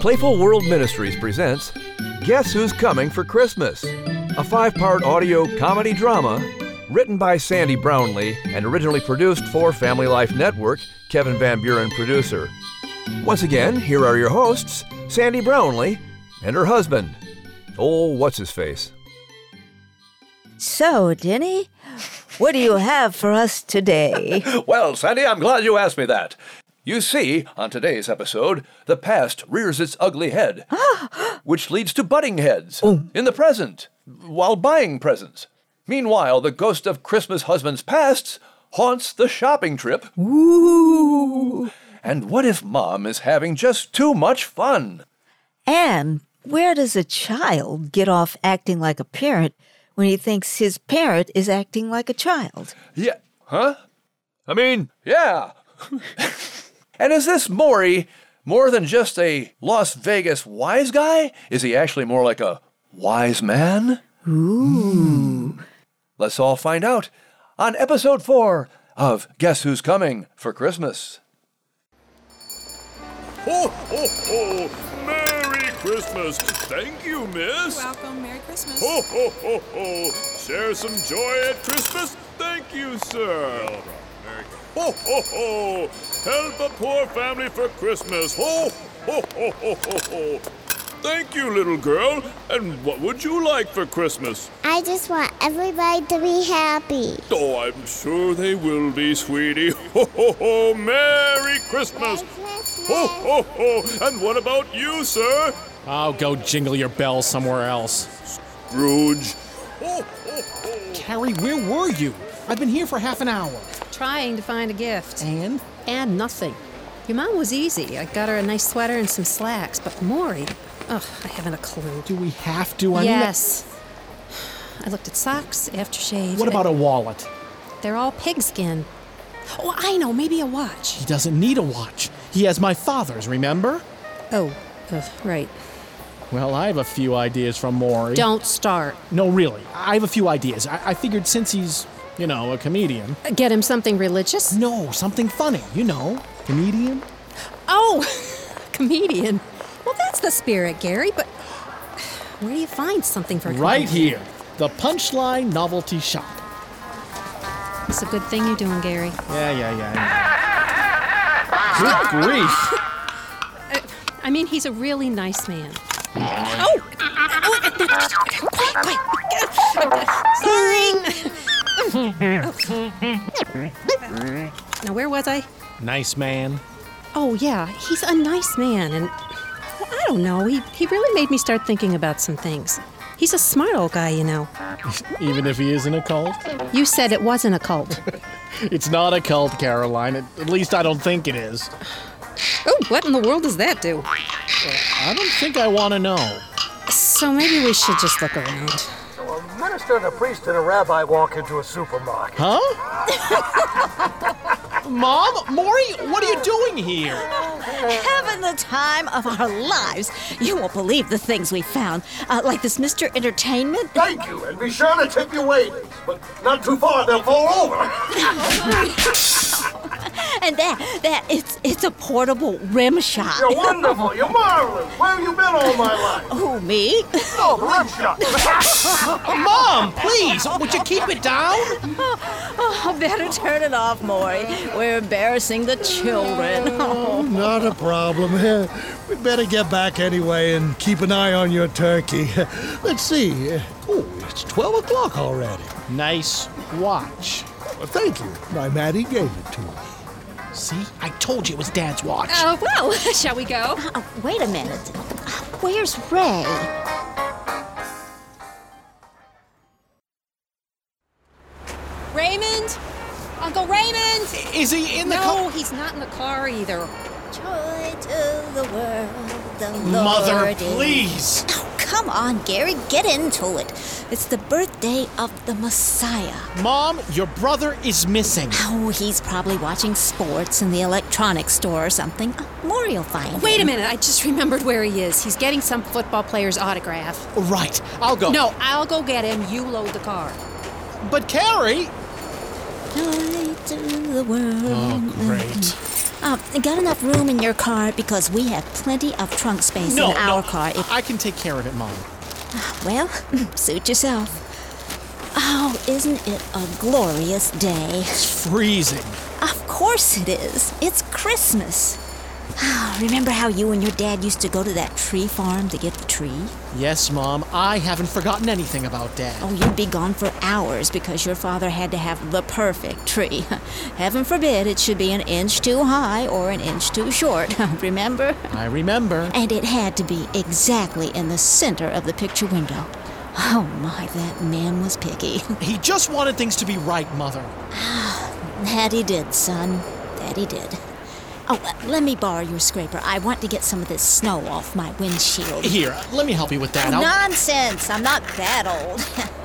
Playful World Ministries presents Guess Who's Coming for Christmas? A five part audio comedy drama written by Sandy Brownlee and originally produced for Family Life Network, Kevin Van Buren producer. Once again, here are your hosts, Sandy Brownlee and her husband. Oh, what's his face? So, Denny, what do you have for us today? Well, Sandy, I'm glad you asked me that. You see, on today's episode, the past rears its ugly head, which leads to butting heads in the present while buying presents. Meanwhile, the ghost of Christmas husband's past haunts the shopping trip. Ooh. And what if mom is having just too much fun? And where does a child get off acting like a parent when he thinks his parent is acting like a child? Yeah. Huh? I mean, yeah. and is this Maury more than just a Las Vegas wise guy? Is he actually more like a wise man? Ooh. Let's all find out on episode four of Guess Who's Coming for Christmas. Ho, ho, ho! Merry Christmas! Thank you, miss! Welcome. Merry Christmas. Ho, ho, ho, ho! Share some joy at Christmas? Thank you, sir! Ho, ho, ho! Help a poor family for Christmas! Ho, ho, ho, ho, ho, ho! Thank you, little girl! And what would you like for Christmas? I just want everybody to be happy. Oh, I'm sure they will be, sweetie! Ho, ho, ho! Merry Christmas! Ho, ho, ho! And what about you, sir? Oh, go jingle your bell somewhere else. Scrooge! Harry, where were you? I've been here for half an hour. Trying to find a gift. And? And nothing. Your mom was easy. I got her a nice sweater and some slacks, but Maury, ugh, I haven't a clue. Do we have to? I mean, yes. I looked at socks, aftershave. What about a wallet? They're all pigskin. Oh, I know, maybe a watch. He doesn't need a watch. He has my father's, remember? Oh, ugh, right. Well, I have a few ideas from Maury. Don't start. No, really. I have a few ideas. I, I figured since he's, you know, a comedian. Uh, Get him something religious? No, something funny, you know. Comedian? Oh, comedian. Well, that's the spirit, Gary, but where do you find something for a Right comedian? here. The Punchline Novelty Shop. It's a good thing you're doing, Gary. Yeah, yeah, yeah. yeah. Good grief. I mean, he's a really nice man. Oh! Oh, Quiet, quiet. Sorry! Now, where was I? Nice man. Oh, yeah, he's a nice man, and well, I don't know, he, he really made me start thinking about some things. He's a smart old guy, you know. Even if he isn't a cult? You said it wasn't a cult. It's not a cult, Caroline. At, at least I don't think it is. oh, what in the world does that do? I don't think I want to know. So maybe we should just look around. A minister and a priest and a rabbi walk into a supermarket. Huh? Mom? Maury, what are you doing here? having the time of our lives. You won't believe the things we found, uh, like this Mr. Entertainment. Thank you, and be sure to tip your waiters, but not too far, they'll fall over. And that, that it's it's a portable rim shot. You're wonderful, you're marvelous. Where have you been all my life? Who, me? Oh, the rim shot. Mom, please! Would you keep it down? Oh, better turn it off, Maury. We're embarrassing the children. Oh, Not a problem. Eh, We'd better get back anyway and keep an eye on your turkey. Let's see. eh, Oh, it's 12 o'clock already. Nice watch. Well, thank you. My Maddie gave it to me. See? I told you it was Dad's watch. Oh, well, shall we go? oh, wait a minute. Where's Ray? Raymond? Uncle Raymond! Is he in the No, he's not in the car either. Joy to the world, the cult? Mother, Lord is- please! Oh, come on, Gary, get into it. It's the birthday of the Messiah. Mom, your brother is missing. Oh, he's probably watching sports in the electronics store or something. Uh, Maury will find Wait a him. minute, I just remembered where he is. He's getting some football player's autograph. Right, I'll go. No, I'll go get him. You load the car. But Carrie! Joy to the world. Oh, Great. Uh, got enough room in your car? Because we have plenty of trunk space No, in our no, car. If I can take care of it, Mom. well, suit yourself. Oh, isn't it a glorious day? Freezing. Of course it is. It's Christmas. Ah, Remember how you and your dad used to go to that tree farm to get the tree? Yes, Mom, I haven't forgotten anything about Dad. Oh, you'd be gone for hours because your father had to have the perfect tree. Heaven forbid it should be an inch too high or an inch too short, remember? I remember. And it had to be exactly in the center of the picture window. Oh my, that man was picky. He just wanted things to be right, Mother. That he did, son. That he did. Oh, uh, let me borrow your scraper. I want to get some of this snow off my windshield. Here, let me help you with that. I'll- Nonsense! I'm not that old.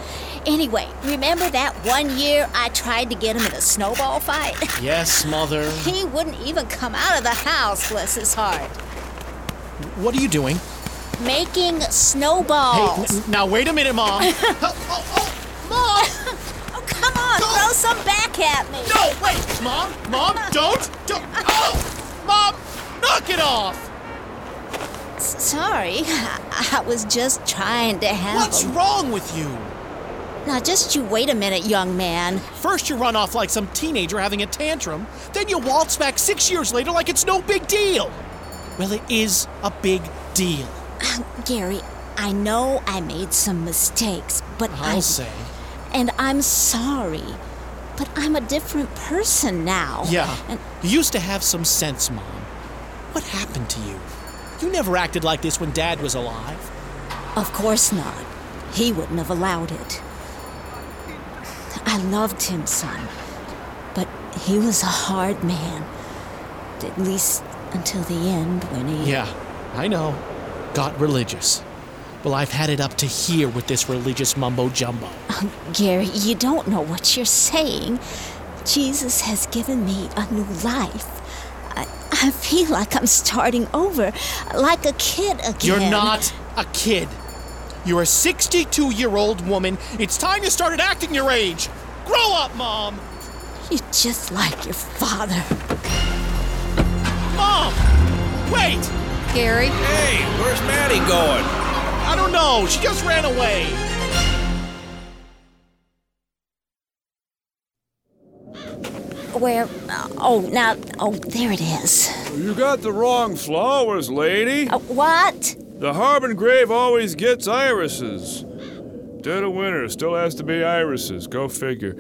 anyway, remember that one year I tried to get him in a snowball fight? Yes, Mother. he wouldn't even come out of the house, bless his heart. What are you doing? Making Hey, snowballs. n- now wait a minute, Mom. Mom! oh, come on, throw some back at me. no, wait, Mom, Mom, don't, don't. Oh, Mom, knock it off. S- Sorry, I-, I was just trying to help. What's wrong with you? Now, just you wait a minute, young man. First you run off like some teenager having a tantrum, then you waltz back six years later like it's no big deal. Well, it is a big deal. Gary, I know I made some mistakes, but I'll I say. and I'm sorry. But I'm a different person now. Yeah. And You used to have some sense, Mom. What happened to you? You never acted like this when Dad was alive. of course not. He wouldn't have allowed it. I loved him, son. But he was a hard man. At least until the end when he Yeah, I know. Got religious. Well, I've had it up to here with this religious mumbo jumbo. Gary, you don't know what you're saying. Jesus has given me a new life. I, I feel like I'm starting over, like a kid again. You're not a kid. You're a 62 year old woman. It's time you started acting your age. Grow up, Mom! You're just like your father. Mom! Wait! Gary? Hey, where's Maddie going? I don't know. She just ran away. Where? Oh, now, oh, there it is. Uh, You got the wrong flowers, lady. What? The Harbin grave always gets irises. Dead of winter still has to be irises. Go figure.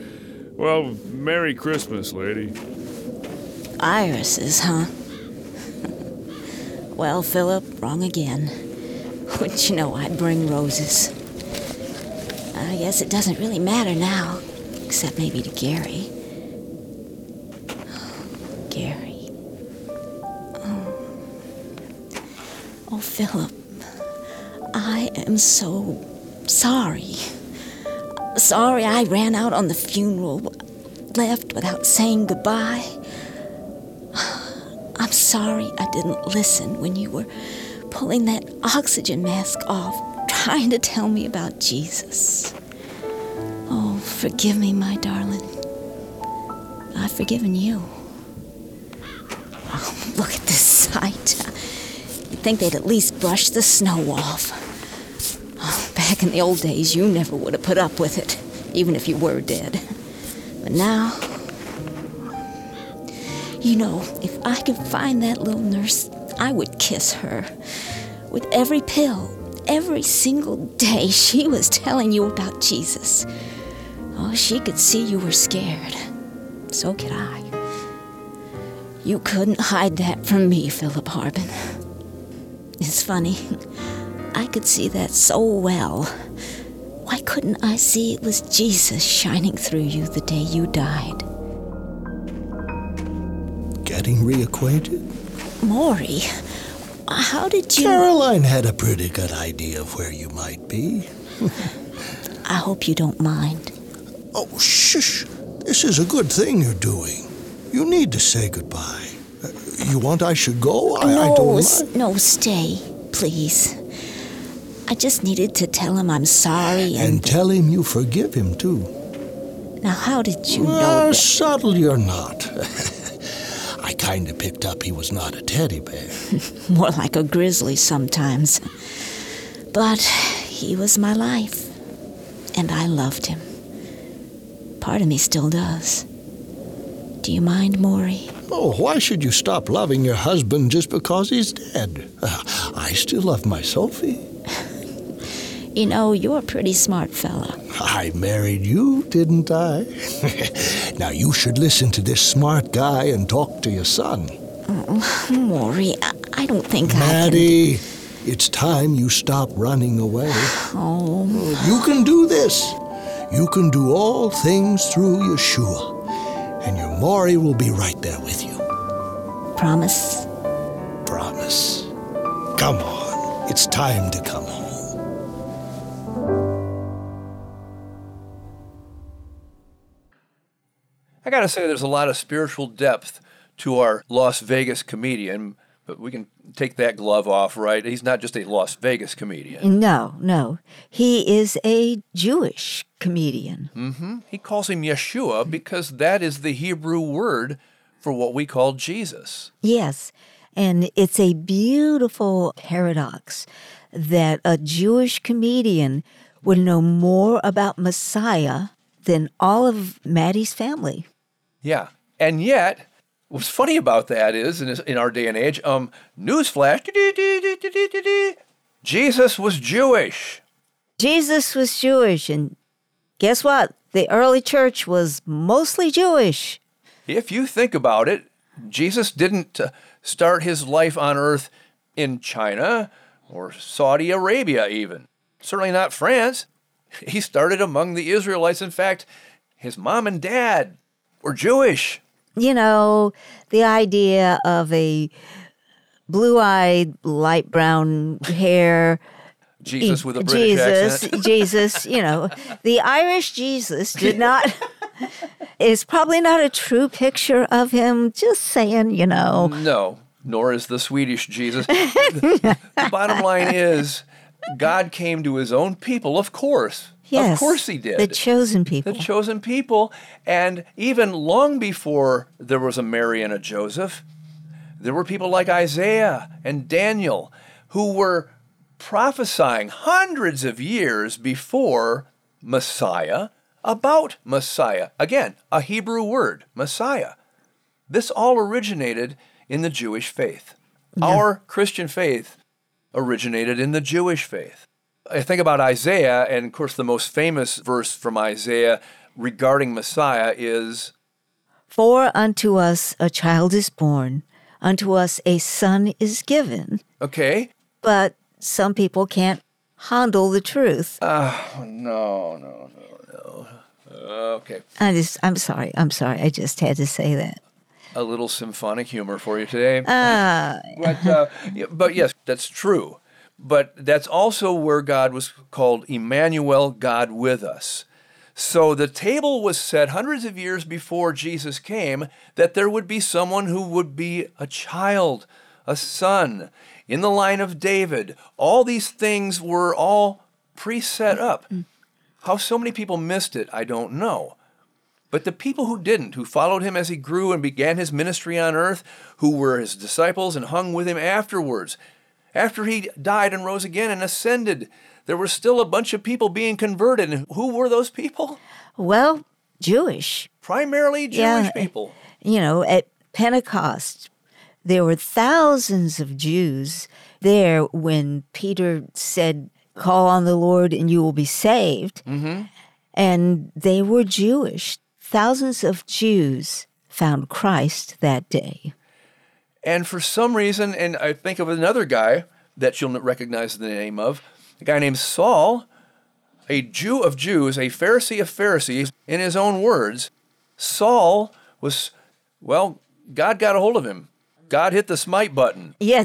Well, Merry Christmas, lady. Irises, huh? well, Philip, wrong again. Wouldn't you know I'd bring roses? I guess it doesn't really matter now, except maybe to Gary. Gary. Oh, oh Philip, I am so sorry. Sorry I ran out on the funeral, left without saying goodbye. I'm sorry I didn't listen when you were pulling that oxygen mask off, trying to tell me about Jesus. Oh, forgive me, my darling. I've forgiven you. Oh, look at this sight. You'd think they'd at least brush the snow off. Oh, back in the old days, you never would have put up with it, even if you were dead. But now, you know, if I could find that little nurse, I would kiss her. With every pill, every single day, she was telling you about Jesus. Oh, she could see you were scared. So could I. You couldn't hide that from me, Philip Harbin. It's funny. I could see that so well. Why couldn't I see it was Jesus shining through you the day you died? Getting reacquainted? Maury, how did you. Caroline had a pretty good idea of where you might be. I hope you don't mind. Oh, shush. This is a good thing you're doing. You need to say goodbye. Uh, You want I should go? I, I no, don't s- mind. no, stay, please. I just needed to tell him I'm sorry. And And, tell him you forgive him, too. now, how did you Ah, know? that- subtle you're not. I kinda picked up he was not a teddy bear. More like a grizzly sometimes. But he was my life, and I loved him. Part of me still does. Do you mind, Maury? Oh, why should you stop loving your husband just because he's dead? Uh, I still love my Sophie. You know, you're a pretty smart fella. I married you, didn't I? now you should listen to this smart guy and talk to your son. Oh, Maury, I, I don't think Maddie, it's time you stop running away. Oh. You can do this. You can do all things through Yeshua, and your Maury will be right there with you. Promise? Promise. Come on, it's time to come home. I gotta say, there's a lot of spiritual depth to our Las Vegas comedian, but we can take that glove off, right? He's not just a Las Vegas comedian. No, no. He is a Jewish comedian. hmm He calls him Yeshua because that is the Hebrew word for what we call Jesus. Yes. And it's a beautiful paradox that a Jewish comedian would know more about Messiah than all of Maddie's family. Yeah. And yet, what's funny about that is, in, in our day and age, um, newsflash, Jesus was Jewish. Jesus was Jewish, and guess what? The early church was mostly Jewish. If you think about it, Jesus didn't uh, start his life on earth in China or Saudi Arabia, even. Certainly not France. He started among the Israelites. In fact, his mom and dad were Jewish. You know, the idea of a blue eyed, light brown hair. Jesus with a British E, Jesus, accent. Jesus, you know, the Irish Jesus did not is probably not a true picture of him. Just saying, you Mm, know. No, nor is the Swedish Jesus. the bottom line is God came to his own people, of course. Yes, of course he did. The chosen people. The chosen people. And even long before there was a Mary and a Joseph, there were people like Isaiah and Daniel who were prophesying hundreds of years before Messiah about Messiah. Again, a Hebrew word, Messiah. This all originated in the Jewish faith. Our Christian faith originated in the Jewish faith. I think about Isaiah, and of course, the most famous verse from Isaiah regarding Messiah is For unto us a child is born, unto us a son is given. okay, But some people can't handle the truth. Oh, no, no, no, no. Okay. I just, I'm sorry. I'm sorry. I just had to say that. A little symphonic humor for you today. Ah, but, uh, yeah, but yes, that's true. But that's also where God was called Emmanuel, God with us. So the table was set hundreds of years before Jesus came that there would be someone who would be a child, a son, in the line of David. All these things were all preset up. How so many people missed it, I don't know. But the people who didn't, who followed him as he grew and began his ministry on earth, who were his disciples and hung with him afterwards, after he died and rose again and ascended, there were still a bunch of people being converted. And who were those people? well, Jewish. Primarily Jewish Yeah. people. You know, at Pentecost, there were thousands of Jews there when Peter said, Call on the Lord and you will be saved. Mm-hmm. And they were Jewish. Thousands of Jews found Christ that day. And for some reason, and I think of another guy that you'll recognize the name of, a guy named Saul, a Jew of Jews, a Pharisee of Pharisees, in his own words, Saul was, well, God got a hold of him. God hit the smite button. Yeah.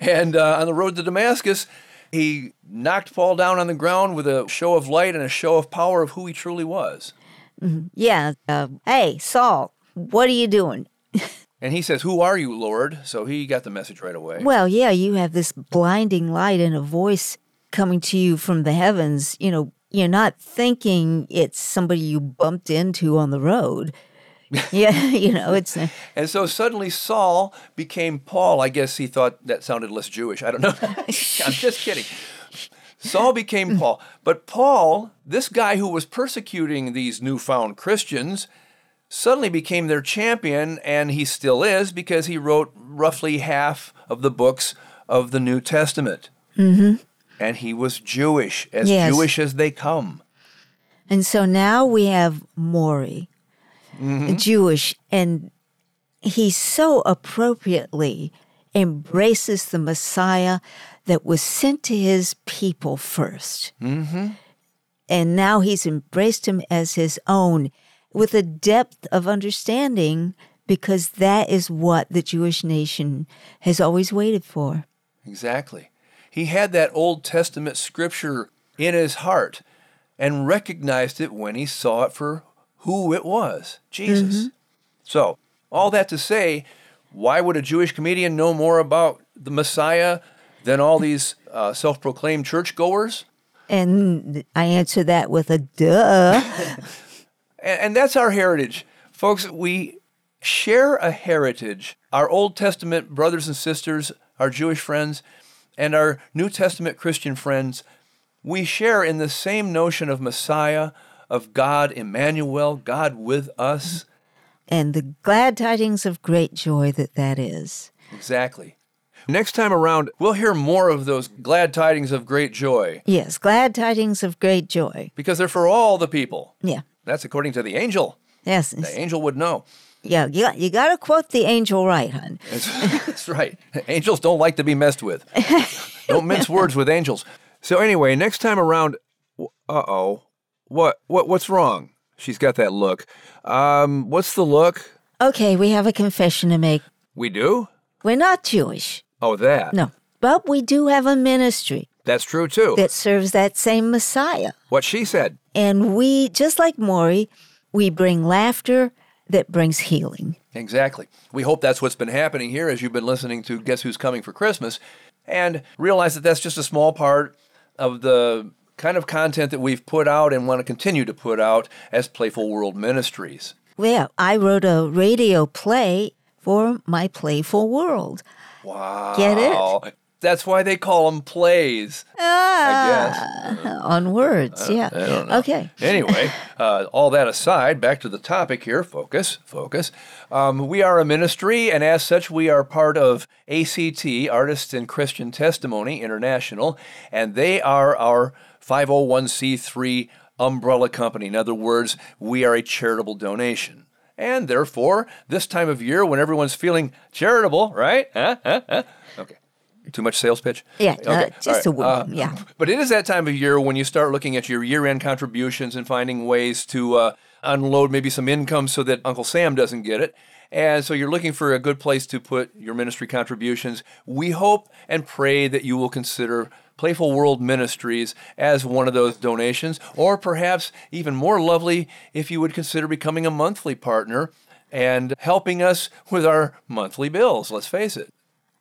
And uh, on the road to Damascus, he knocked Paul down on the ground with a show of light and a show of power of who he truly was. Mhm. Yeah. Uh, hey, Saul, what are you doing? And he says, Who are you, Lord? So he got the message right away. Well, yeah, you have this blinding light and a voice coming to you from the heavens. You know, you're not thinking it's somebody you bumped into on the road. yeah, you know, it's uh, And so suddenly Saul became Paul. I guess he thought that sounded less Jewish. I don't know. I'm just kidding. Saul became Paul. But Paul, this guy who was persecuting these newfound Christians, suddenly became their champion, and he still is because he wrote roughly half of the books of the New Testament. mhm. And he was Jewish, as Yes. Jewish as they come. And so now we have Maury, Mhm. Jewish, and he so appropriately embraces the Messiah that was sent to his people first. Mm-hmm. And now he's embraced him as his own with a depth of understanding because that is what the Jewish nation has always waited for. Exactly. He had that Old Testament scripture in his heart and recognized it when he saw it for who it was Jesus. So, all that to say, why would a Jewish comedian know more about the Messiah than all these uh, self proclaimed churchgoers? And I answer that with a duh. And, and that's our heritage. Folks, we share a heritage. Our Old Testament brothers and sisters, our Jewish friends, and our New Testament Christian friends, we share in the same notion of Messiah, of God, Emmanuel, God with us. and the glad tidings of great joy that that is. Exactly. Next time around, we'll hear more of those glad tidings of great joy Yes, glad tidings of great joy. because they're for all the people. Yeah. That's according to the angel. Yes. The angel would know. Yeah, you got, you got to quote the angel right, hon. That's, that's right. Angels don't like to be messed with. don't mince words with angels. So anyway, next time around, uh oh, what what what's wrong? She's got that look. Um, what's the look? Okay, we have a confession to make. We do? We're not Jewish. Oh, that. No. But we do have a ministry That's true too. that serves that same Messiah. what she said. And we, just like Maury, we bring laughter that brings healing. Exactly. We hope that's what's been happening here as you've been listening to Guess Who's Coming for Christmas and realize that that's just a small part of the kind of content that we've put out and want to continue to put out as Playful World Ministries. Well, I wrote a radio play for my playful world. Wow. Get it? Oh, That's why they call them plays. Ah, on words, yeah. Uh, I don't know. Okay. Anyway, uh, all that aside, back to the topic here. Focus, focus. Um, we are a ministry, and as such, we are part of ACT, Artists in Christian Testimony International, and they are our 501c3 umbrella company. In other words, we are a charitable donation. And therefore, this time of year when everyone's feeling charitable, right? Huh? Huh? Huh? Okay. Too much sales pitch? Yeah, Okay, uh, all just right. a word. Uh, yeah. but it is that time of year when you start looking at your year end contributions and finding ways to uh, unload maybe some income so that Uncle Sam doesn't get it. And so you're looking for a good place to put your ministry contributions. We hope and pray that you will consider Playful World Ministries as one of those donations, or perhaps even more lovely if you would consider becoming a monthly partner and helping us with our monthly bills, let's face it.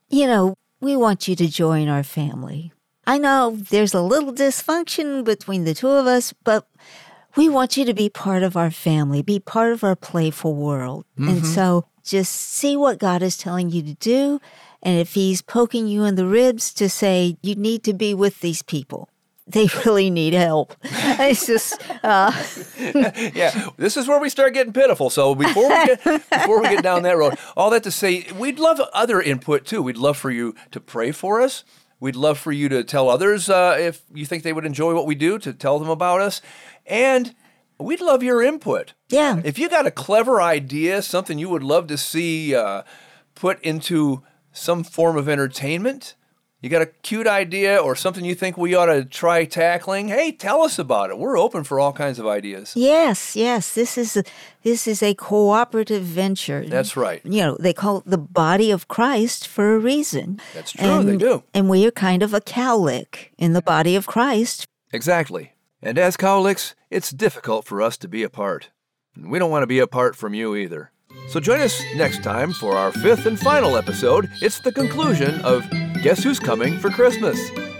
You know, we want you to join our family. I know there's a little dysfunction between the two of us, but we want you to be part of our family, be part of our playful world. Mm-hmm. And Mhm. so just see what God is telling you to do. And if He's poking you in the ribs to say, you need to be with these people, they really need help. it's just, uh, yeah, this is where we start getting pitiful. So before we get before we get down that road, all that to say, we'd love other input too. We'd love for you to pray for us. We'd love for you to tell others uh, if you think they would enjoy what we do, to tell them about us, and we'd love your input. Yeah. If you got a clever idea, something you would love to see uh, put into some form of entertainment. You got a cute idea or something you think we ought to try tackling? Hey, tell us about it. We're open for all kinds of ideas. yes, yes, this is, a, this is a cooperative venture. That's right. you know, they call it the body of Christ for a reason. That's true, they do. And we are kind of a cowlick in the body of Christ. Exactly. And as cowlicks, it's difficult for us to be apart. And we don't want to be apart from you either. So join us next time for our fifth and final episode. It's the conclusion of Guess Who's Coming for Christmas?